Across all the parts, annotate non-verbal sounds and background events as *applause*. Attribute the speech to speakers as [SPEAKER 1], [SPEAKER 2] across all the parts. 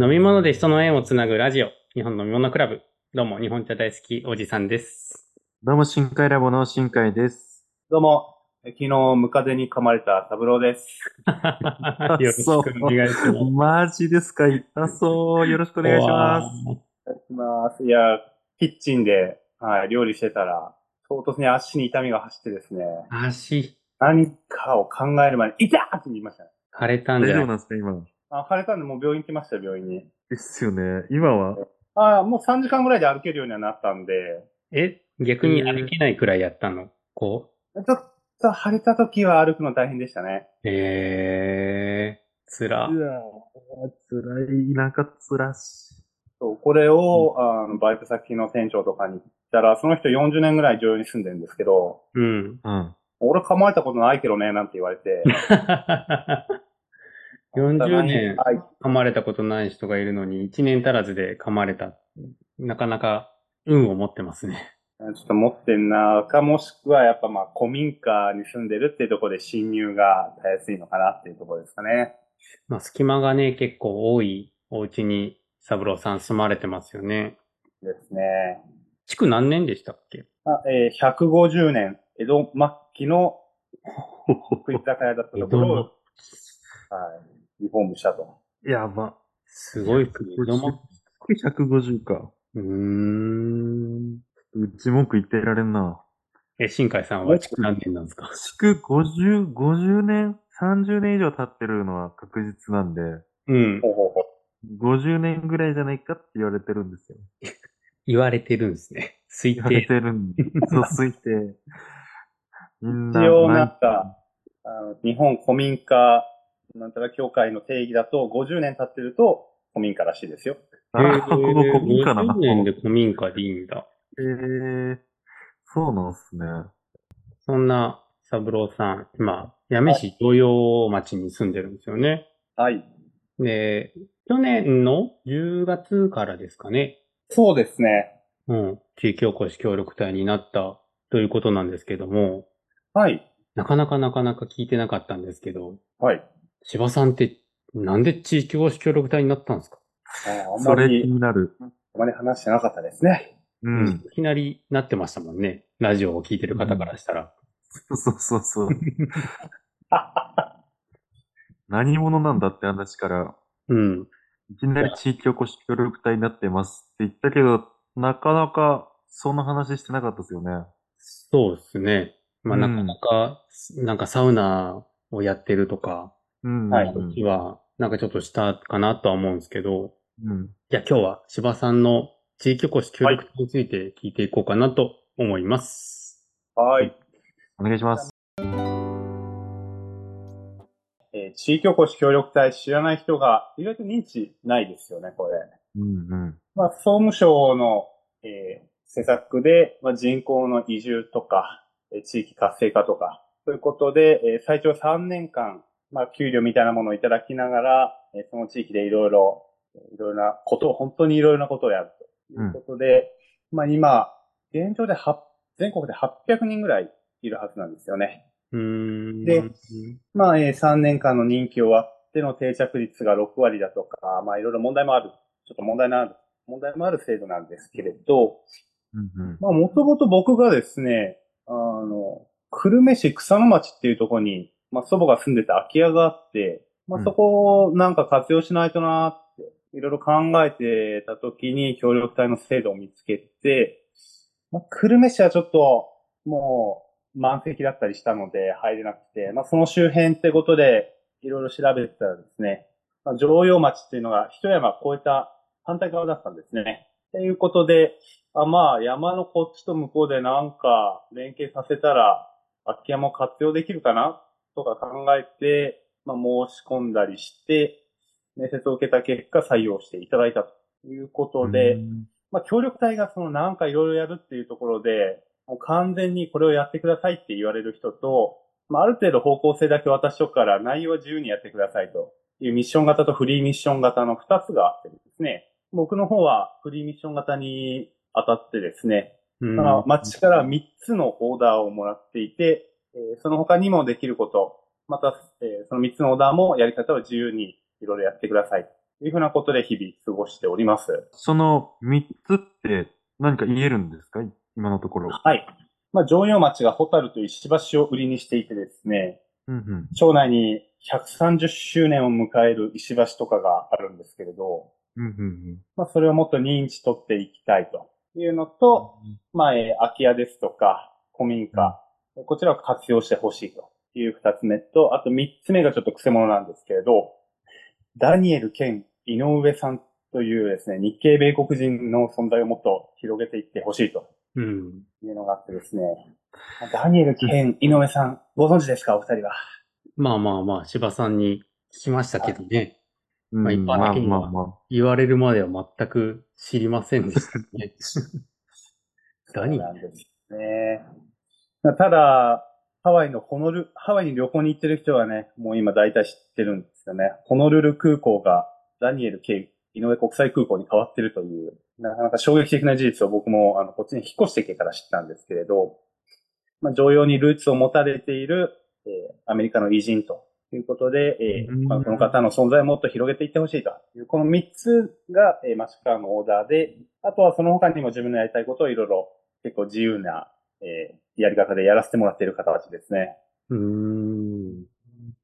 [SPEAKER 1] 飲み物で人の縁をつなぐラジオ、日本飲み物クラブ。どうも、日本茶大好きおじさん
[SPEAKER 2] *laughs*
[SPEAKER 1] です。
[SPEAKER 2] どうも、深海ラボの深海です。
[SPEAKER 3] どうも、え昨日ムカデに噛まれた三郎です。
[SPEAKER 1] よろしくお願いします。
[SPEAKER 2] マジですか痛そう。よろしくお願いします。
[SPEAKER 1] す。
[SPEAKER 3] お願いします。いや、キッチンで、はい、料理してたら、唐突に足に痛みが走ってですね、
[SPEAKER 1] 足、
[SPEAKER 3] 何かを考える前に、痛っって言いましたね。
[SPEAKER 1] 腫れたん
[SPEAKER 2] 大
[SPEAKER 1] じゃな
[SPEAKER 2] 丈
[SPEAKER 1] い
[SPEAKER 2] 夫なんですか今。
[SPEAKER 3] あ、腫れたんで、もう病院行きましたよ、病院に。
[SPEAKER 2] ですよね。今は、
[SPEAKER 3] あもう3時間ぐらいで歩けるようにはなったんで、
[SPEAKER 1] え、逆に歩けないくらいやったのこ
[SPEAKER 3] ちょっと腫れた時は歩くの大変でしたね。
[SPEAKER 1] う。えー、つら。
[SPEAKER 2] 辛い、なんか辛し。
[SPEAKER 3] そう、これを、あの、バイト先の店長とかに言ったら、その人40年ぐらい女優に住んでるんですけど、
[SPEAKER 2] *laughs*
[SPEAKER 1] うん。
[SPEAKER 2] うん。
[SPEAKER 3] 俺噛まれたことないけどね、なんて言われ *laughs* て。
[SPEAKER 1] 40年
[SPEAKER 3] はい
[SPEAKER 1] 噛まれたことない人がいるのに、1年足らずで噛まれた。なかなか運を持ってますね。
[SPEAKER 3] ちょっと持ってんなか、もしくはやっぱまあ古民家に住んでるっていうところで侵入がたやすいのかなっていうところですかね。
[SPEAKER 1] まあ、隙間がね、結構多いお家に、三郎さん住まれてますよね。
[SPEAKER 3] ですね。
[SPEAKER 1] 築何年でしたっけ
[SPEAKER 3] あえー150年、江戸末期
[SPEAKER 1] *laughs*
[SPEAKER 3] の食い酒屋だったところを、
[SPEAKER 1] 江戸
[SPEAKER 3] はい、リフォームしたと。
[SPEAKER 2] やば。
[SPEAKER 1] すごい国。う
[SPEAKER 2] 150か。
[SPEAKER 1] ーん。
[SPEAKER 2] うち文句言ってられんな。
[SPEAKER 1] え、新海さんは築何年なんですか
[SPEAKER 2] 築50、50年、30年以上経ってるのは確実なんで、
[SPEAKER 1] うん。
[SPEAKER 3] ほうほうほう。
[SPEAKER 2] 50年ぐらいじゃないかって言われてるんですよ。
[SPEAKER 1] 言われてるんですね。推
[SPEAKER 2] 言われ
[SPEAKER 1] *laughs* 定。
[SPEAKER 2] てる
[SPEAKER 3] *laughs*
[SPEAKER 2] んで、そう、推定。みんな、
[SPEAKER 3] 一応なんか、あの日本古民家なんたら協会の定義だと、50年経ってると古民家らしいですよ。
[SPEAKER 2] あー、ここ古民家な
[SPEAKER 1] 50年で古民家でいいんだ。
[SPEAKER 2] えー、そうなんすね。
[SPEAKER 1] そんな三郎さん、今、八女市東洋町に住んでるんですよね。
[SPEAKER 3] はい。
[SPEAKER 1] で、去年の10月からですかね。
[SPEAKER 3] そうですね。
[SPEAKER 1] うん。地域おこし協力隊になったということなんですけども、
[SPEAKER 3] はい。
[SPEAKER 1] なかなかなかなか聞いてなかったんですけど、
[SPEAKER 3] はい。
[SPEAKER 1] 柴さんってなんで地域おこし協力隊になったんですか、
[SPEAKER 3] あーあん
[SPEAKER 2] そ
[SPEAKER 3] ま
[SPEAKER 2] れ気
[SPEAKER 3] り、
[SPEAKER 2] になる。
[SPEAKER 3] あまり話してなかったですね。
[SPEAKER 2] う。
[SPEAKER 1] うんいきなりなってましたもんね。ラジオを聞いてる方からしたら。
[SPEAKER 2] そうそう
[SPEAKER 3] *laughs*
[SPEAKER 2] そう。何者なんだって話から、
[SPEAKER 1] うん。
[SPEAKER 2] いきなり地域おこし協力隊になってますって言ったけど、なかなかその話してなかったですよね。
[SPEAKER 1] そうですね。まあ、
[SPEAKER 2] うん
[SPEAKER 1] なかなか、なんかサウナをやってるとか、
[SPEAKER 2] うん。
[SPEAKER 3] はい
[SPEAKER 2] うん
[SPEAKER 1] 時は、なんかちょっとしたかなとは思うんですけど、
[SPEAKER 2] うん。
[SPEAKER 1] じゃあ今日は柴さんの地域おこし協力隊について聞いていこうかなと思います。
[SPEAKER 3] はい。
[SPEAKER 2] お願いします。
[SPEAKER 3] えー地域おこし協力隊知らない人が意外と認知ないですよね、これ。
[SPEAKER 2] うんうん。
[SPEAKER 3] まあ、総務省の、えー施策で、まあ、人口の移住とか、えー地域活性化とか、ということで、えー最長3年間、まあ、給料みたいなものをいただきながら、えーその地域でいろいろ、いろいろなことを、本当にいろいろなことをやるということで、まあ、今、現状で8全国で800人ぐらいいるはずなんですよね。
[SPEAKER 1] うーん。
[SPEAKER 3] でまあ、えー3年間の任期終わっての定着率が6割だとか、まあ、いろいろ問題もある、ちょっと問題のある、問題もある制度なんですけれど、
[SPEAKER 2] うんうん。
[SPEAKER 3] まあ、もともと僕がですね、あの、久留米市草野町っていうところに、まあ、祖母が住んでた空き家があって、ま
[SPEAKER 2] う
[SPEAKER 3] あ、
[SPEAKER 2] ん
[SPEAKER 3] そこをなんか活用しないとなーって、いろいろ考えてた時に協力隊の制度を見つけて、まあ、久留米市はちょっと、もう、満席だったりしたので入れなくて、まあ、その周辺ってことで、いろいろ調べてたらですね、まあ、常用町っていうのが一山越えた反対側だったんですね。ということで、あまあ、山のこっちと向こうでなんか連携させたら、空き家も活用できるかなとか考えて、まあ、申し込んだりして、面接を受けた結果採用していただいたということで、
[SPEAKER 2] うん
[SPEAKER 3] まあ、協力隊がそのなんかいろいろやるっていうところで、もう完全にこれをやってくださいって言われる人と、まあ、ある程度方向性だけ渡しとくから内容は自由にやってくださいというミッション型とフリーミッション型の2つがあってですね、僕の方はフリーミッション型に当たってですね、
[SPEAKER 1] うん
[SPEAKER 3] まあ、町から3つのオーダーをもらっていて、えーその他にもできること、また、えーその3つのオーダーもやり方を自由にいろいろやってくださいいうふうなことで日々過ごしております。
[SPEAKER 2] その3つって何か言えるんですか今のところ。
[SPEAKER 3] はい。まあ、常用町がホタルという石橋を売りにしていてですね、
[SPEAKER 2] うんうん。
[SPEAKER 3] 町内に130周年を迎える石橋とかがあるんですけれど、
[SPEAKER 2] うんうん
[SPEAKER 3] まあ、それをもっと認知取っていきたいというのと、まあ、えー空き家ですとか、古民家、こちらを活用してほしいという二つ目と、あと三つ目がちょっと癖者なんですけれど、ダニエル・ケン・井上さんというですね、日系米国人の存在をもっと広げていってほしいと
[SPEAKER 1] うん。
[SPEAKER 3] いうのがあってですね、ダニエル・ケン・井上さん、ご存知ですか、お二人は。
[SPEAKER 1] まあまあまあ、芝さんに聞きましたけどね。
[SPEAKER 2] うん。
[SPEAKER 1] まあ一般的には
[SPEAKER 2] まあまあまあ。
[SPEAKER 1] 言われるまでは全く知りませんでした
[SPEAKER 3] *laughs*
[SPEAKER 1] ね。ダニエル
[SPEAKER 3] そうなんですね。ただ、ハワイのホノル、ハワイに旅行に行ってる人はね、もう今大体知ってるんですよね。ホノルル空港がダニエル K 井上国際空港に変わってるという、なかなか衝撃的な事実を僕もあのこっちに引っ越してきてから知ったんですけれど、まあ、常用にルーツを持たれている、えーアメリカの偉人ということで、えー
[SPEAKER 2] うん
[SPEAKER 3] まあ、この方の存在をもっと広げていってほしいという、この3つが、えーマスカーのオーダーで、あとはその他にも自分のやりたいことをいろいろ結構自由な、えーやり方でやらせてもらっている形ですね。
[SPEAKER 1] うーん。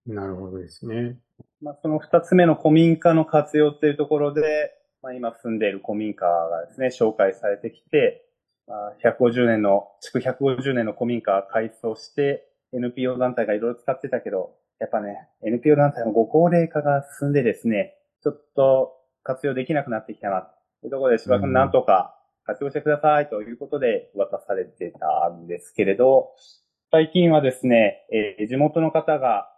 [SPEAKER 1] なるほどですね。
[SPEAKER 3] まあ、その二つ目の古民家の活用っていうところで、まあ、今住んでいる古民家がですね、紹介されてきて、まあ、150年の、築150年の古民家を改装して、NPO 団体がいろいろ使ってたけど、やっぱね、NPO 団体のご高齢化が進んでですね、ちょっと活用できなくなってきたな、というところで芝
[SPEAKER 2] う
[SPEAKER 3] 君
[SPEAKER 2] ん
[SPEAKER 3] なんとか活用してくださいということで渡されてたんですけれど、最近はですね、えー地元の方が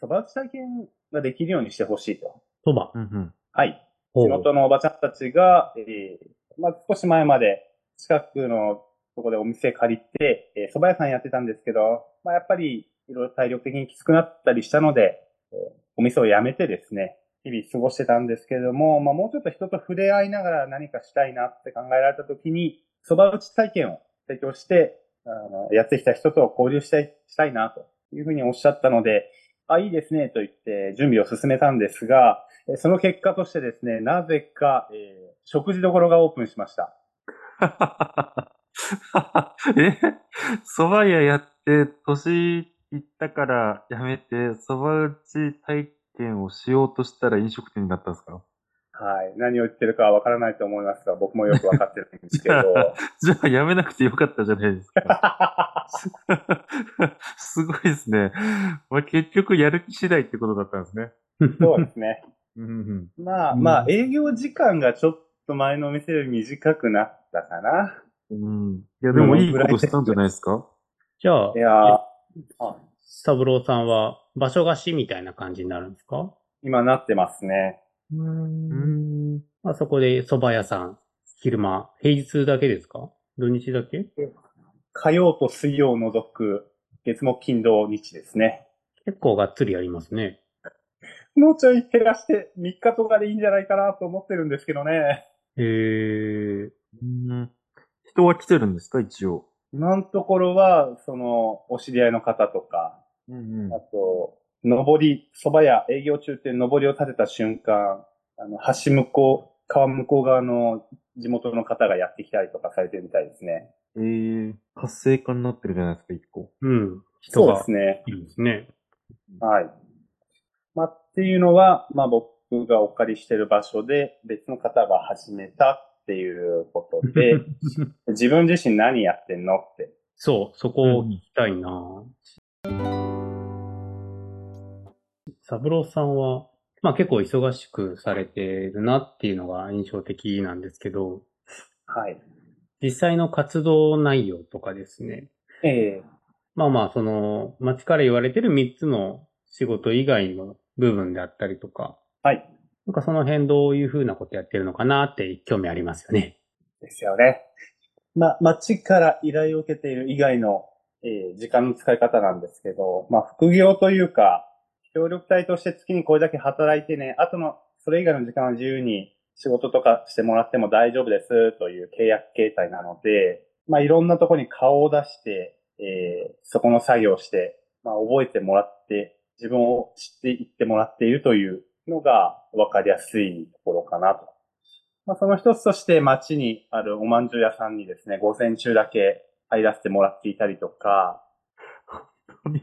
[SPEAKER 3] そば打ち体験ができるようにしてほしいと。
[SPEAKER 1] そば。
[SPEAKER 2] うんうん。
[SPEAKER 3] はい。
[SPEAKER 1] ほ
[SPEAKER 3] 地
[SPEAKER 1] う
[SPEAKER 3] 元のおばちゃんたちが、えーまあ、少し前まで近くのとこでお店借りて、えー、蕎麦屋さんやってたんですけど、まあ、やっぱりいろいろ体力的にきつくなったりしたので、えーお店を辞めてですね、日々過ごしてたんですけれども、まあ、もうちょっと人と触れ合いながら何かしたいなって考えられた時に、蕎麦打ち体験を提供して、あのやってきた人と交流したい、したいなというふうにおっしゃったので、あ、いいですねと言って準備を進めたんですが、えーその結果としてですね、なぜか、えー食事どころがオープンしました。
[SPEAKER 2] *laughs* え蕎麦屋やって、年いったからやめて、蕎麦打ち体験をしようとしたら飲食店になったんですか *laughs*
[SPEAKER 3] はい。何を言ってるかはわからないと思いますが、僕もよくわかってるんですけど。
[SPEAKER 1] *laughs*
[SPEAKER 2] じゃあやめなくてよかったじゃないですか。 *laughs* すごいですね。まあ、結局やる気次第ってことだったんですね。
[SPEAKER 3] そうですね。
[SPEAKER 2] うんうん、
[SPEAKER 3] まあ
[SPEAKER 1] うん
[SPEAKER 3] まあ、営業時間がちょっと前のお店より短くなったかな。
[SPEAKER 2] うん。いや、でもいいことしたんじゃないですか
[SPEAKER 1] じゃあ
[SPEAKER 3] い、やーはい
[SPEAKER 1] サブローさんは場所貸しみたいな感じになるんですか
[SPEAKER 3] 今なってますね。
[SPEAKER 1] う。
[SPEAKER 2] うんん。
[SPEAKER 1] まあそこで蕎麦屋さん、昼間、平日だけですか土日だけ
[SPEAKER 3] 火曜と水曜を除く月木金土日ですね。
[SPEAKER 1] 結構がっつりやりますね。
[SPEAKER 3] もうちょい減らして3日とかでいいんじゃないかなと思ってるんですけどね。
[SPEAKER 1] へえ。
[SPEAKER 2] うん人は来てるんですか一応。
[SPEAKER 3] 今のところは、その、お知り合いの方とか、
[SPEAKER 2] うん
[SPEAKER 3] あと、上り、蕎麦屋、営業中っていう上りを立てた瞬間、あの、橋向こう、川向こう側の地元の方がやってきたりとかされてるみたいですね。
[SPEAKER 2] うん。ええ活性化になってるじゃないですか、一個。
[SPEAKER 1] うん。人
[SPEAKER 3] そうで
[SPEAKER 1] が
[SPEAKER 3] すね。
[SPEAKER 1] いるんですね。
[SPEAKER 3] はい。まあ、っていうのは、まあ僕がお借りしてる場所で別の方が始めたっていうこと *laughs* で、自分自身何やってんのって
[SPEAKER 1] そう、そこを聞きたいな、サブローさんは、まあ結構忙しくされてるなっていうのが印象的なんですけど、
[SPEAKER 3] はい。
[SPEAKER 1] 実際の活動内容とかですね。
[SPEAKER 3] ええ
[SPEAKER 1] まあまあ、その、街から言われてる3つの仕事以外の部分であったりとか、
[SPEAKER 3] はい。
[SPEAKER 1] なんかその辺どういうふうなことやってるのかなって興味ありますよね。
[SPEAKER 3] ですよね。ま、町から依頼を受けている以外の、えー時間の使い方なんですけど、まあ、副業というか、協力隊として月にこれだけ働いてね、あとの、それ以外の時間は自由に仕事とかしてもらっても大丈夫ですという契約形態なので、まあ、いろんなとこに顔を出して、えーそこの作業をして、まあ、覚えてもらって、自分を知っていってもらっているというのが分かりやすいところかなと。まあ、その一つとして街にあるおまんじゅう屋さんにですね、午前中だけ入らせてもらっていたりとか、
[SPEAKER 2] はい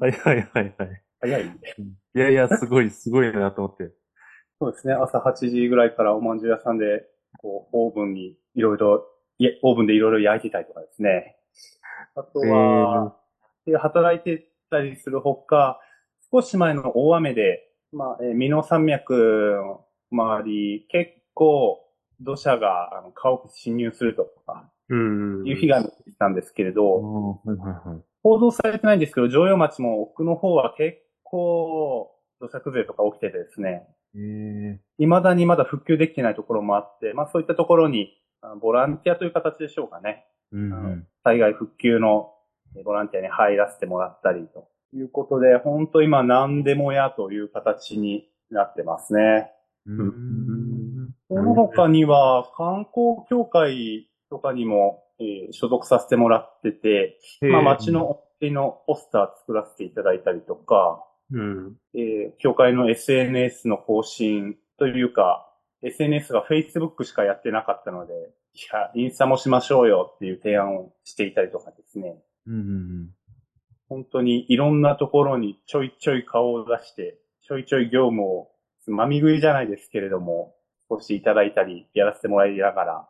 [SPEAKER 2] はいはいはい。
[SPEAKER 3] 早い
[SPEAKER 2] いやいや、す *laughs* ごい、すごいなと思って。
[SPEAKER 3] *laughs* そうですね。朝8時ぐらいからおまんじゅう屋さんで、こう、オーブンにいろいろ、いえオーブンでいろいろ焼いてたりとかですね。あとは、で働いてたりするほか、少し前の大雨で、まあ、えー、美濃山脈の周り、結構土砂があの家屋侵入するとか、
[SPEAKER 1] うん。
[SPEAKER 3] いう被害も出てきたんですけれど、
[SPEAKER 2] はいはいはい。
[SPEAKER 3] 報道されてないんですけど、常用町も奥の方は結構土砂崩れとか起きててですね、
[SPEAKER 2] え
[SPEAKER 3] 未だにまだ復旧できてないところもあって、まあそういったところに、あボランティアという形でしょうかね。
[SPEAKER 2] えうんうん。
[SPEAKER 3] 災害復旧のえボランティアに入らせてもらったりということで、本当今何でもやという形になってますね。
[SPEAKER 2] うんうん
[SPEAKER 3] その他には観光協会とかにも、えー所属させてもらってて、まあ街のお店のポスター作らせていただいたりとか、
[SPEAKER 1] うん。
[SPEAKER 3] えー協会の SNS の更新というか、SNS が Facebook しかやってなかったので、いや、インスタもしましょうよっていう提案をしていたりとかですね。
[SPEAKER 2] うんうん
[SPEAKER 3] 本当にいろんなところにちょいちょい顔を出して、ちょいちょい業務を、まみ食いじゃないですけれども、少しいただいたり、やらせてもらいながら、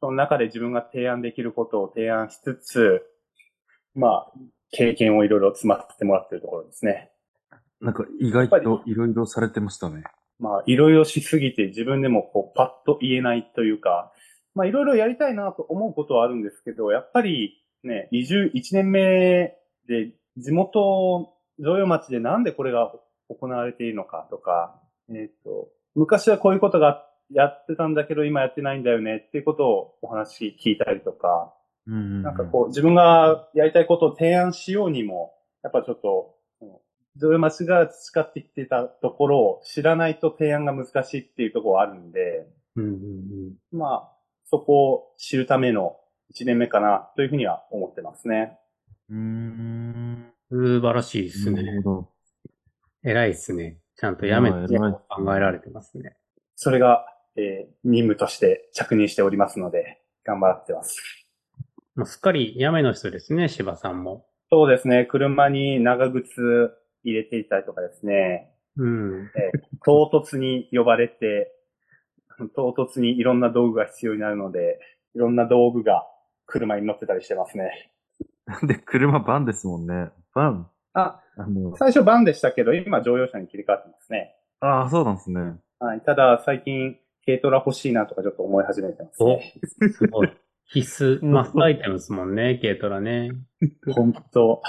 [SPEAKER 3] その中で自分が提案できることを提案しつつ、まあ、経験をいろいろ詰まってもらってるところですね。
[SPEAKER 2] なんか意外といろいろされてましたね。
[SPEAKER 3] まあ、いろいろしすぎて自分でもこう、パッと言えないというか、まあ、いろいろやりたいなと思うことはあるんですけど、やっぱりね、移住1年目で、地元、常用町でなんでこれが行われているのかとか、えっ、と、昔はこういうことがやってたんだけど、今やってないんだよねっていうことをお話聞いたりとか、
[SPEAKER 2] な
[SPEAKER 3] なんかこう、自分がやりたいことを提案しようにも、やっぱちょっと、どういう町が培ってきてたところを知らないと提案が難しいっていうところはあるんで、
[SPEAKER 1] うん。うん。
[SPEAKER 3] まあ、そこを知るための1年目かなというふうには思ってますね。
[SPEAKER 2] うーん。
[SPEAKER 1] 素晴らしいです
[SPEAKER 2] な
[SPEAKER 1] ね。
[SPEAKER 2] るほど。
[SPEAKER 1] 偉いですね。ちゃんとやめ
[SPEAKER 2] まあ
[SPEAKER 1] て
[SPEAKER 2] 偉い
[SPEAKER 1] 考えられてますね。
[SPEAKER 3] それが、えー任務として着任しておりますので、頑張ってます。
[SPEAKER 1] もうすっかりやめの人ですね、芝さんも。
[SPEAKER 3] そうですね、車に長靴入れていたりとかですね、
[SPEAKER 1] うん。
[SPEAKER 3] 唐突に呼ばれて、唐突にいろんな道具が必要になるので、いろんな道具が車に乗ってたりしてますね。
[SPEAKER 2] なん *laughs* で車バンですもんね。バン。
[SPEAKER 3] あ、
[SPEAKER 2] あの、
[SPEAKER 3] 最初バンでしたけど、今乗用車に切り替わってますね。
[SPEAKER 2] ああ、そうなんですね。
[SPEAKER 3] はい。ただ、最近、軽トラ欲しいなとかちょっと思い始めてます
[SPEAKER 1] お
[SPEAKER 3] ね。、
[SPEAKER 1] すごい。 *laughs* 必須、マストアイテムですもんね、軽トラね。
[SPEAKER 3] 本当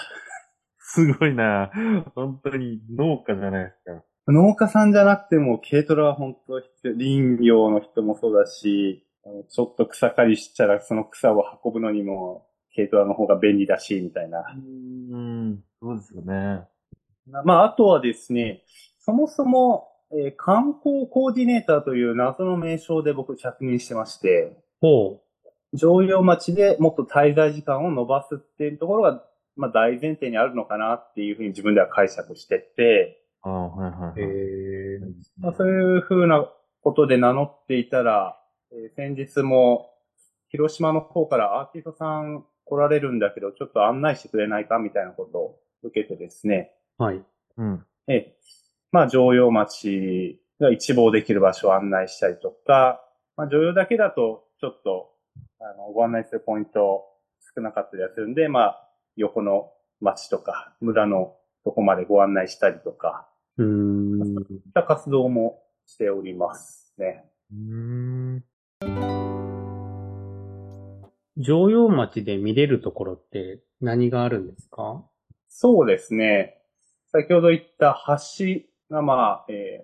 [SPEAKER 2] すごいな。本当に農家じゃないですか。
[SPEAKER 3] 農家さんじゃなくても、軽トラは本当必要林業の人もそうだし、あのちょっと草刈りしたら、その草を運ぶのにも、軽トラの方が便利だし、みたいな。
[SPEAKER 2] うん、そうですよね。
[SPEAKER 3] まあ、あとはですね、そもそも、えー観光コーディネーターという謎の名称で僕着任してまして、
[SPEAKER 1] ほ
[SPEAKER 3] 常用町でもっと滞在時間を延ばすっていうところが、まあ、大前提にあるのかなっていうふうに自分では解釈してて、
[SPEAKER 2] ああ、はいは
[SPEAKER 1] う。
[SPEAKER 2] い
[SPEAKER 1] へ
[SPEAKER 2] はい。
[SPEAKER 1] え
[SPEAKER 3] まあ、そういうふうなことで名乗っていたら、えー先日も広島の方からアーティストさん来られるんだけど、ちょっと案内してくれないかみたいなことを受けてですね、
[SPEAKER 1] はい。
[SPEAKER 2] うん。
[SPEAKER 3] ええ。まあ、常用町が一望できる場所を案内したりとか、まあ、常用だけだと、ちょっと、あの、ご案内するポイント少なかったりはするんで、まあ、横の町とか、村のとこまでご案内したりとか、
[SPEAKER 1] うーん。
[SPEAKER 3] そういった活動もしておりますね。
[SPEAKER 2] うん。
[SPEAKER 1] 常用町で見れるところって何があるんですか
[SPEAKER 3] そうですね。先ほど言った橋が、まあ、え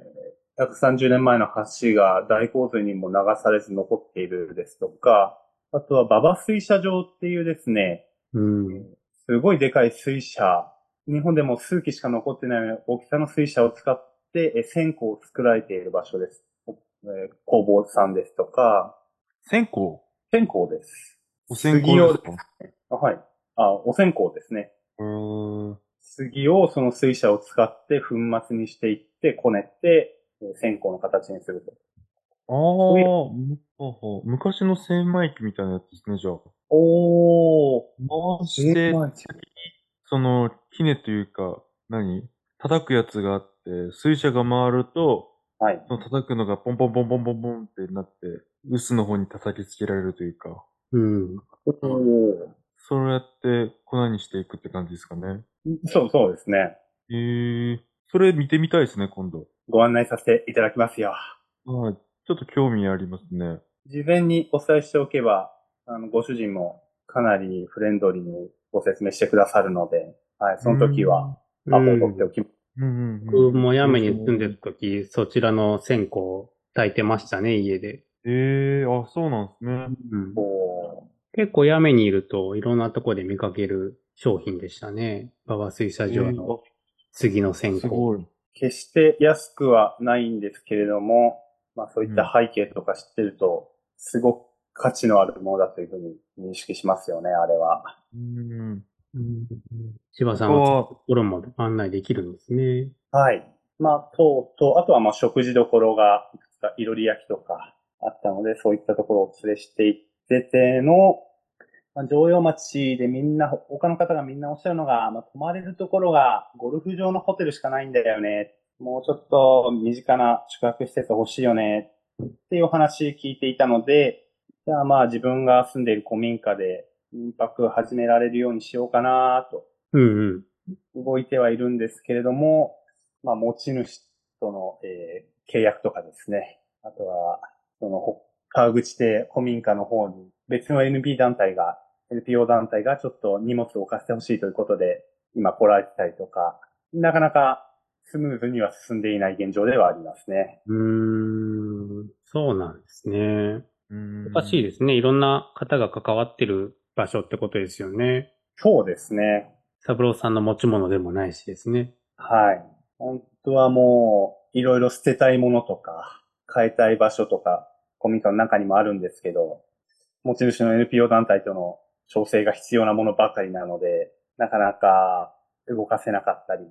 [SPEAKER 3] ー、130年前の橋が大洪水にも流されず残っているですとか、あとは馬場水車場っていうですね、
[SPEAKER 1] うん。
[SPEAKER 3] すごいでかい水車、日本でも数基しか残ってないような大きさの水車を使って、えー線香を作られている場所です。おえー工房さんですとか、
[SPEAKER 2] 線香お
[SPEAKER 3] 線香です。
[SPEAKER 2] 線香
[SPEAKER 3] 杉を
[SPEAKER 2] ですか
[SPEAKER 3] あはい。あ、お線香ですね。
[SPEAKER 1] うーん。
[SPEAKER 3] 杉をその水車を使って粉末にしていって、こねて、えー線香の形にすると。
[SPEAKER 2] ああ、むほうほう昔の千枚機みたいなやつですね、じゃあ。
[SPEAKER 3] おー、
[SPEAKER 2] 回して、
[SPEAKER 3] マジ
[SPEAKER 2] その、キネというか、何叩くやつがあって、水車が回ると、
[SPEAKER 3] はい。
[SPEAKER 2] その叩くのがポンポンポンポンポンポンってなって、薄の方に叩きつけられるというか、
[SPEAKER 1] うん。
[SPEAKER 3] おー
[SPEAKER 2] そうやって粉にしていくって感じですかね。
[SPEAKER 3] そう、そうですね。
[SPEAKER 2] えー、それ見てみたいですね、今度。
[SPEAKER 3] ご案内させていただきますよ。
[SPEAKER 2] はい。ちょっと興味ありますね。
[SPEAKER 3] 事前にお伝えしておけば、あの、ご主人もかなりフレンドリーにご説明してくださるので、はい、その時は、アポを取っておきます。
[SPEAKER 2] うん。うんうん、
[SPEAKER 1] 僕もヤメに住んでた時、そちらの線香を炊いてましたね、家で。
[SPEAKER 2] えー、あ、そうなんですね。
[SPEAKER 1] うん
[SPEAKER 3] おー
[SPEAKER 1] 結構ヤメにいると、いろんなとこで見かける商品でしたね。馬場水車場の次の線
[SPEAKER 2] す
[SPEAKER 1] 香。
[SPEAKER 2] ごい。
[SPEAKER 3] 決して安くはないんですけれども、まあそういった背景とか知ってると、すごく価値のあるものだというふうに認識しますよね、あれは。
[SPEAKER 2] うん。
[SPEAKER 1] うん柴さん
[SPEAKER 2] ここ
[SPEAKER 1] は
[SPEAKER 2] は
[SPEAKER 1] そういうところも案内できるんですね。
[SPEAKER 3] はい。まあ、とうとう、あとはまあ食事どころが、いくつかいろり焼きとかあったので、そういったところをお連れしていってての、まあ、常用町でみんな、他の方がみんなおっしゃるのが、まあ、泊まれるところがゴルフ場のホテルしかないんだよね。もうちょっと身近な宿泊施設欲しいよね。っていうお話聞いていたので、じゃあまあ自分が住んでいる古民家で民泊始められるようにしようかなと
[SPEAKER 1] うんうん。
[SPEAKER 3] 動いてはいるんですけれども、まあ、持ち主との、えー契約とかですね。あとは、その、ほ川口で古民家の方に別の NP 団体が、NPO 団体がちょっと荷物を置かせてほしいということで、今来られてたりとか、なかなかスムーズには進んでいない現状ではありますね。
[SPEAKER 1] うーん、そうなんですね。
[SPEAKER 2] うん。
[SPEAKER 1] 難しいですね。いろんな方が関わってる場所ってことですよね。
[SPEAKER 3] そうですね。
[SPEAKER 1] 三郎さんの持ち物でもないしですね。
[SPEAKER 3] はい。本当はもう、いろいろ捨てたいものとか、変えたい場所とか、古民家の中にもあるんですけど、持ち主の NPO 団体との調整が必要なものばかりなので、なかなか動かせなかったり、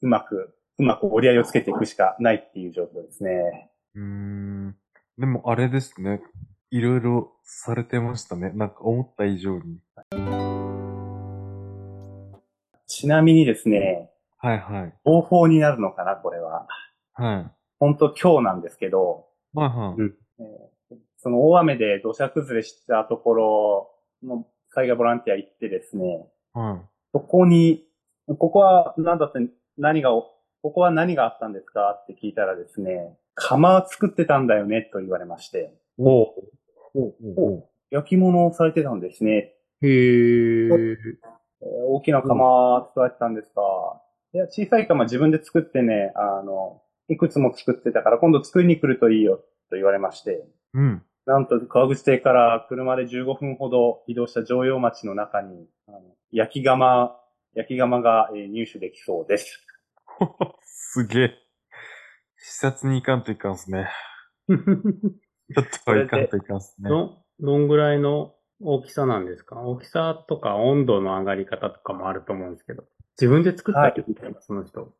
[SPEAKER 3] うまく、うまく折り合いをつけていくしかないっていう状況ですね。
[SPEAKER 2] うーん。でもあれですね。いろいろされてましたね。なんか思った以上に。
[SPEAKER 3] ちなみにですね、
[SPEAKER 2] はいはい。
[SPEAKER 3] 方法になるのかな、これは。
[SPEAKER 2] はい。
[SPEAKER 3] 本当今日なんですけど、
[SPEAKER 2] はいはい。
[SPEAKER 3] その大雨で土砂崩れしたところの災害ボランティア行ってですね、
[SPEAKER 2] はい。
[SPEAKER 3] そこに、ここは何だって、何が、ここは何があったんですかって聞いたらですね、釜を作ってたんだよねと言われまして、
[SPEAKER 1] おう
[SPEAKER 2] おお
[SPEAKER 3] 焼き物をされてたんですね。
[SPEAKER 1] へえ。
[SPEAKER 3] えー大きな釜使われてたんですか、いや、小さい釜自分で作ってね、あの、いくつも作ってたから今度作りに来るといいよと言われまして、
[SPEAKER 2] うん。 *laughs*
[SPEAKER 3] なんと川口邸から車で15分ほど移動した常用町の中に、あの焼き釜、焼き釜がえー入手できそうです。
[SPEAKER 2] すげえ。視察に行かんといかんっすね。ちょっと
[SPEAKER 3] れ
[SPEAKER 2] 行
[SPEAKER 3] で
[SPEAKER 2] かんといかんっすね。
[SPEAKER 1] ど、どんぐらいの大きさなんですか大きさとか温度の上がり方とかもあると思うんですけど。自分で作ったって言ってます、その人。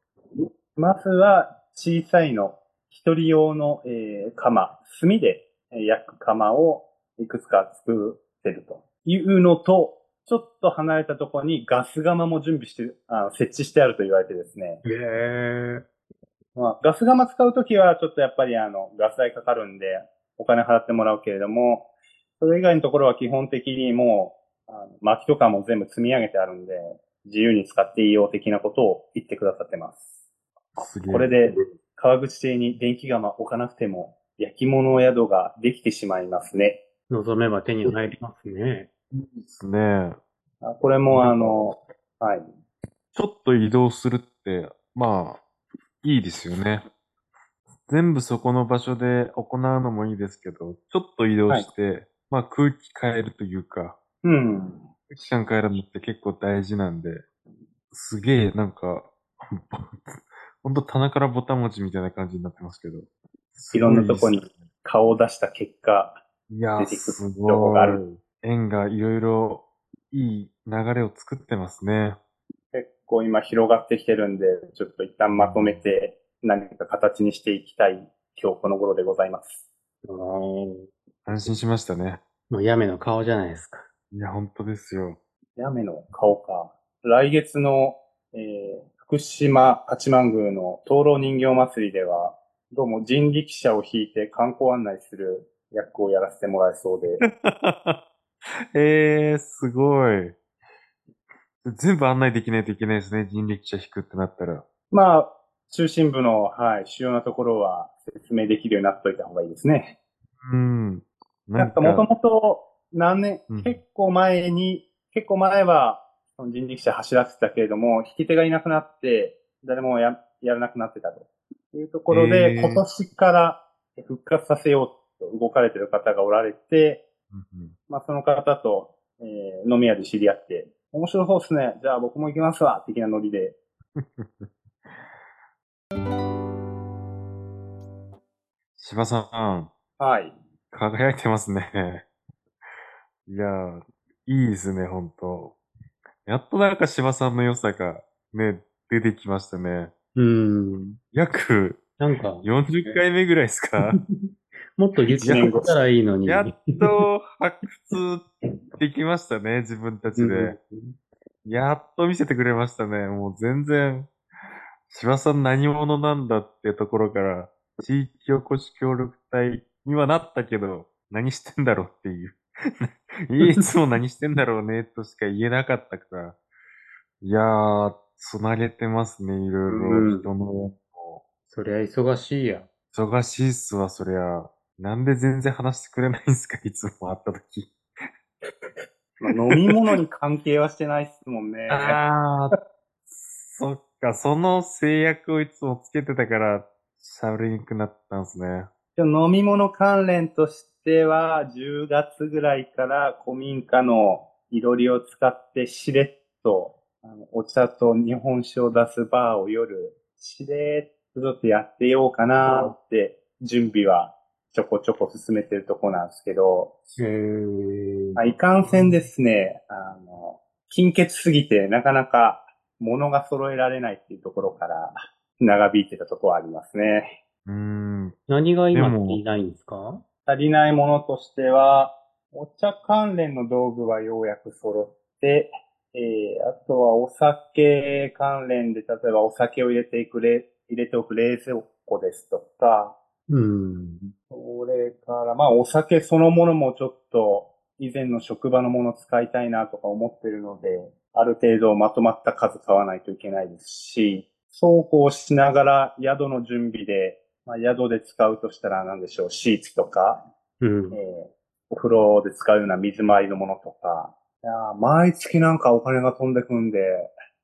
[SPEAKER 3] まずは小さいの、一人用の、えー釜、炭でえー焼く釜をいくつか作ってるというのと、ちょっと離れたところにガス釜も準備して、あの設置してあると言われてですね。
[SPEAKER 1] へえ。
[SPEAKER 3] まあ、ガス釜使うときは、ちょっとやっぱりあの、ガス代かかるんで、お金払ってもらうけれども、それ以外のところは基本的にもう、あの薪とかも全部積み上げてあるんで、自由に使っていいよ的なことを言ってくださってます。
[SPEAKER 2] すげえ。
[SPEAKER 3] これ。で、川口邸に電気釜置かなくても、焼き物宿ができてしまいますね。
[SPEAKER 1] 望めば手に入りますね。
[SPEAKER 2] ですね。
[SPEAKER 3] あこれもあの、はい。
[SPEAKER 2] ちょっと移動するって、まあ、いいですよね。全部そこの場所で行うのもいいですけど、ちょっと移動して、まあ空気変えるというか、
[SPEAKER 3] うん。
[SPEAKER 2] 空気感変えるのって結構大事なんで、すげえなんか、 *laughs* ほんと棚からボタン持ちみたいな感じになってますけど。
[SPEAKER 3] いろんなとこに
[SPEAKER 2] すごいですね
[SPEAKER 3] 顔を出した結果、
[SPEAKER 2] いや
[SPEAKER 3] 出
[SPEAKER 2] ー、
[SPEAKER 3] てくる
[SPEAKER 2] す
[SPEAKER 3] 情報
[SPEAKER 2] ご
[SPEAKER 3] があ
[SPEAKER 2] い
[SPEAKER 3] る。
[SPEAKER 2] 縁がいろいろいい流れを作ってますね。
[SPEAKER 3] 結構今広がってきてるんで、ちょっと一旦まとめて何か形にしていきたい今日この頃でございます。
[SPEAKER 1] あの
[SPEAKER 2] 安心しましたね。
[SPEAKER 1] もうやめの顔じゃないですか。
[SPEAKER 2] いや、本当ですよ。
[SPEAKER 3] やめの顔か。来月の、えー福島八幡宮の灯籠人形祭りでは、どうも人力車を引いて観光案内する役をやらせてもらえそうで、
[SPEAKER 2] えー、すごい。全部案内できないといけないですね。人力車引くってなったら。
[SPEAKER 3] まあ、中心部の、はい、主要なところは説明できるようになっといた方がいいですね。
[SPEAKER 2] うん。
[SPEAKER 3] なんかもともと何年
[SPEAKER 2] うん、
[SPEAKER 3] 結構前に、結構前はその人力車走らせてたけれども、引き手がいなくなって、誰もややらなくなってたと。いうところ
[SPEAKER 2] へー
[SPEAKER 3] で、今年から復活させようと動かれてる方がおられて、
[SPEAKER 2] うん
[SPEAKER 3] まあその方と、えー飲み屋で知り合って、面白そうですね。じゃあ僕も行きますわ。的なノリで。
[SPEAKER 2] 芝さん、
[SPEAKER 3] はい。
[SPEAKER 2] 輝いてますね。 *laughs* いやー、いいですね、ほんと。やっとなんか芝さんの良さがね、出てきましたね。
[SPEAKER 1] うん。
[SPEAKER 2] 約
[SPEAKER 1] なんか、
[SPEAKER 2] 40回目ぐらいですか
[SPEAKER 1] もっと言ってくれたらいいのに。
[SPEAKER 2] やっと発掘できましたね、自分たちで。やっと見せてくれましたね。もう全然、芝さん何者なんだってところから、地域おこし協力隊にはなったけど、何してんだろうっていう。 *laughs* いつも何してんだろうね、としか言えなかったから。いやー、つなげてますね、いろいろ。
[SPEAKER 1] うん
[SPEAKER 2] 人の、
[SPEAKER 1] そりゃ忙しいや。
[SPEAKER 2] 忙しいっすわ、そりゃ。なんで全然話してくれないんすか、いつも会った時。
[SPEAKER 3] まあ飲み物に関係はしてないっすもんね。
[SPEAKER 2] ああ、そっか、その制約をいつもつけてたから、喋りにくくなったんですね。
[SPEAKER 3] でも飲み物関連としては、10月ぐらいから古民家のいろりを使ってしれっと、あのお茶と日本酒を出すバーを夜、しれっとちょっとやってようかなって、準備はちょこちょこ進めてるとこなんですけど、
[SPEAKER 1] へー
[SPEAKER 3] まあ、いかんせんですね、あの、金欠すぎてなかなか物が揃えられないっていうところから長引いてたとこはありますね。
[SPEAKER 2] うーん。
[SPEAKER 1] 何が今
[SPEAKER 2] でも
[SPEAKER 1] いないんですか
[SPEAKER 3] 足りないものとしては、お茶関連の道具はようやく揃って、えー、あとはお酒関連で、例えばお酒を入れていくれ、入れておく冷蔵庫ですとか、
[SPEAKER 1] うん。
[SPEAKER 3] それから、まあお酒そのものもちょっと、以前の職場のもの使いたいなとか思ってるので、ある程度まとまった数買わないといけないですし、そうこうしながら宿の準備で、まあ宿で使うとしたら何でしょう、シーツとか、
[SPEAKER 1] うん
[SPEAKER 3] えー。お風呂で使うような水回りのものとか、いやー毎月なんかお金が飛んでくんで、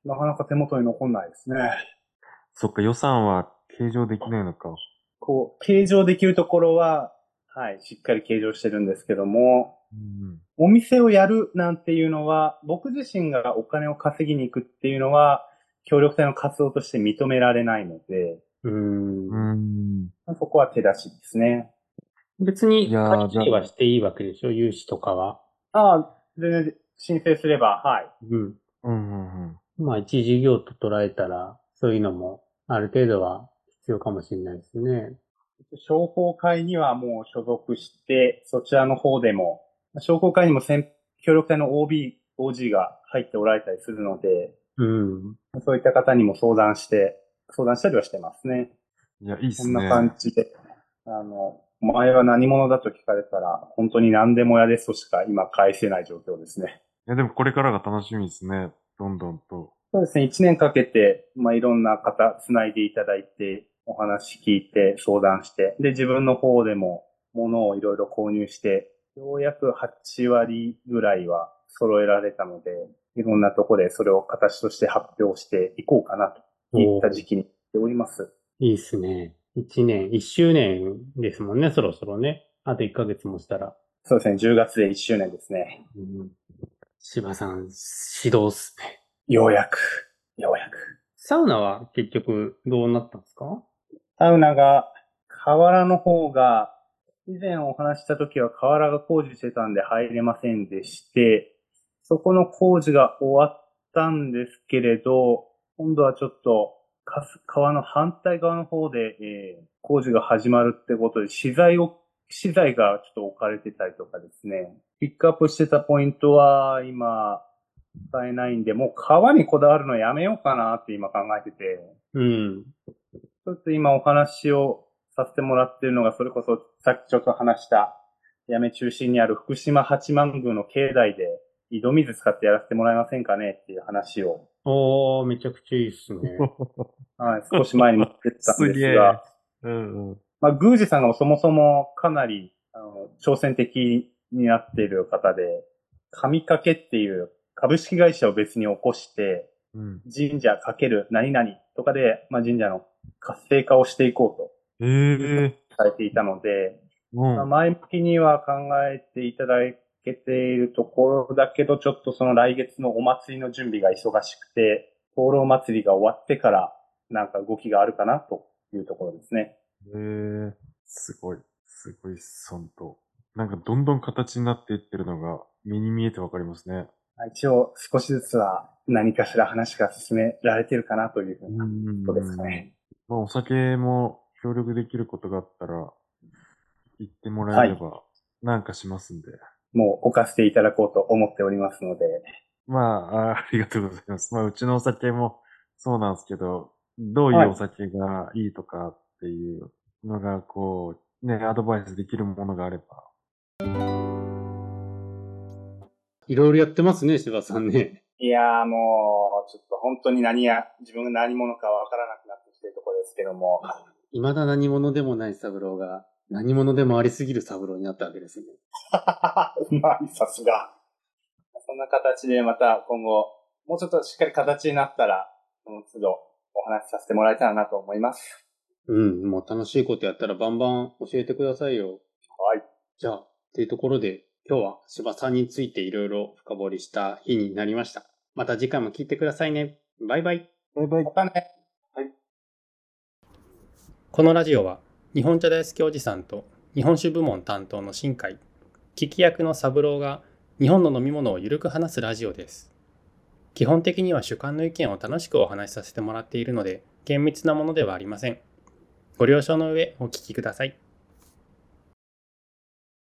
[SPEAKER 3] なかなか手元に残んないですね。
[SPEAKER 2] そっか、予算は計上できないのか。
[SPEAKER 3] こう、計上できるところは、はい、しっかり計上してるんですけども、
[SPEAKER 2] うん。
[SPEAKER 3] お店をやるなんていうのは、僕自身がお金を稼ぎに行くっていうのは、協力隊の活動として認められないので、
[SPEAKER 1] うん
[SPEAKER 2] うーん。
[SPEAKER 3] そこは手出しですね。
[SPEAKER 1] 別に、
[SPEAKER 2] いやー
[SPEAKER 1] 借り入れはしていいわけでしょ融資とかは。
[SPEAKER 3] ああ、全然申請すれば、はい。
[SPEAKER 1] うん。
[SPEAKER 2] うんうんうん。
[SPEAKER 1] まあ、一事業と捉えたら、そういうのも、ある程度は必要かもしれないですね。
[SPEAKER 3] 商工会にはもう所属して、そちらの方でも、商工会にも先協力隊の OB、OG が入っておられたりするので、
[SPEAKER 1] うん。
[SPEAKER 3] そういった方にも相談して、相談したりはしてますね。
[SPEAKER 2] いや、いいっ
[SPEAKER 3] こ
[SPEAKER 2] す
[SPEAKER 3] ん
[SPEAKER 2] ね。
[SPEAKER 3] な感じで。あの、お前は何者だと聞かれたら、本当に何でもやれとしか今返せない状況ですね。
[SPEAKER 2] いや、でもこれからが楽しみですね。どんどんと。
[SPEAKER 3] そうですね、一年かけて、まあ、いろんな方、つないでいただいて、お話聞いて、相談して、で、自分の方でも、物をいろいろ購入して、ようやく8割ぐらいは揃えられたので、いろんなとこでそれを形として発表していこうかな、といった時期にしております。
[SPEAKER 1] いいっすね。一年、一周年ですもんね、そろそろね。あと一ヶ月もしたら。
[SPEAKER 3] そうですね、10月で1周年ですね。
[SPEAKER 1] うん。芝さん、指導っすね。
[SPEAKER 3] ようやく、ようやく。
[SPEAKER 1] サウナは結局どうなったんですか
[SPEAKER 3] サウナが、河原の方が、以前お話しした時は河原が工事してたんで入れませんでして、そこの工事が終わったんですけれど、今度はちょっとかす川の反対側の方で、えー工事が始まるってことで、資材を、資材がちょっと置かれてたりとかですね。ピックアップしてたポイントは、今、使えないんで、もう川にこだわるのやめようかなって今考えてて、
[SPEAKER 1] うん。
[SPEAKER 3] ちょっと今お話をさせてもらってるのが、それこそさっきちょっと話した、八女中心にある福島八幡宮の境内で、井戸水使ってやらせてもらえませんかねっていう話を、
[SPEAKER 1] おー、めちゃくちゃいいっすね。
[SPEAKER 3] *laughs* はい、少し前に持ってった
[SPEAKER 2] *laughs*
[SPEAKER 3] ん
[SPEAKER 2] す
[SPEAKER 3] です
[SPEAKER 2] げえ
[SPEAKER 3] が、。
[SPEAKER 2] うんうん。
[SPEAKER 3] まあ、宮司さんがもうそもそもかなり、あの、挑戦的になっている方で、神掛けっていう株式会社を別に起こして、
[SPEAKER 2] うん。
[SPEAKER 3] 神社かける何々とかで、まあ、神社の活性化をしていこう
[SPEAKER 2] ええ
[SPEAKER 3] とされていたので、
[SPEAKER 2] う
[SPEAKER 3] まあ、
[SPEAKER 2] ん。
[SPEAKER 3] 前向きには考えていただけているところだけど、ちょっとその来月のお祭りの準備が忙しくて、灯籠祭りが終わってから、なんか動きがあるかなというところですね。
[SPEAKER 2] えー、すごい。すごいっす、ほんと。なんかどんどん形になっていってるのが目に見えてわかりますね。
[SPEAKER 3] まあ一応少しずつは何かしら話が進められてるかなというふうなことですかね。
[SPEAKER 2] まあ、お酒も協力できることがあったら、言ってもらえれば、なんかしますんで。
[SPEAKER 3] もう置かせていただこうと思っておりますので、
[SPEAKER 2] まあ、あーありがとうございます。まあ、うちのお酒もそうなんですけど、どうい
[SPEAKER 3] はいう
[SPEAKER 2] お酒がいいとかっていうのが、こう、ね、アドバイスできるものがあれば。
[SPEAKER 1] いろいろやってますね、柴さんね。
[SPEAKER 3] いやーもう、ちょっと本当に何や、自分が何者かわからなくなってきてるところですけども、
[SPEAKER 1] 未だ何者でもない三郎が、何者でもありすぎる三郎になったわけですね。
[SPEAKER 3] う *laughs* まい、さすが。そんな形でまた今後、もうちょっとしっかり形になったら、その都度お話しさせてもらえたらなと思います。
[SPEAKER 1] うん、もう楽しいことやったらバンバン教えてくださいよ。
[SPEAKER 3] はい。
[SPEAKER 1] じゃあ、っていうところで、今日は柴さんについていろいろ深掘りした日になりました。また次回も聞いてくださいね。バイバイ。
[SPEAKER 2] バイバイ
[SPEAKER 3] ま。たね。
[SPEAKER 4] このラジオは日本茶大好きおじさんと日本酒部門担当の新海聞き役の三郎が日本の飲み物をゆるく話すラジオです基本的には主観の意見を楽しくお話しさせてもらっているので厳密なものではありませんご了承の上お聞きください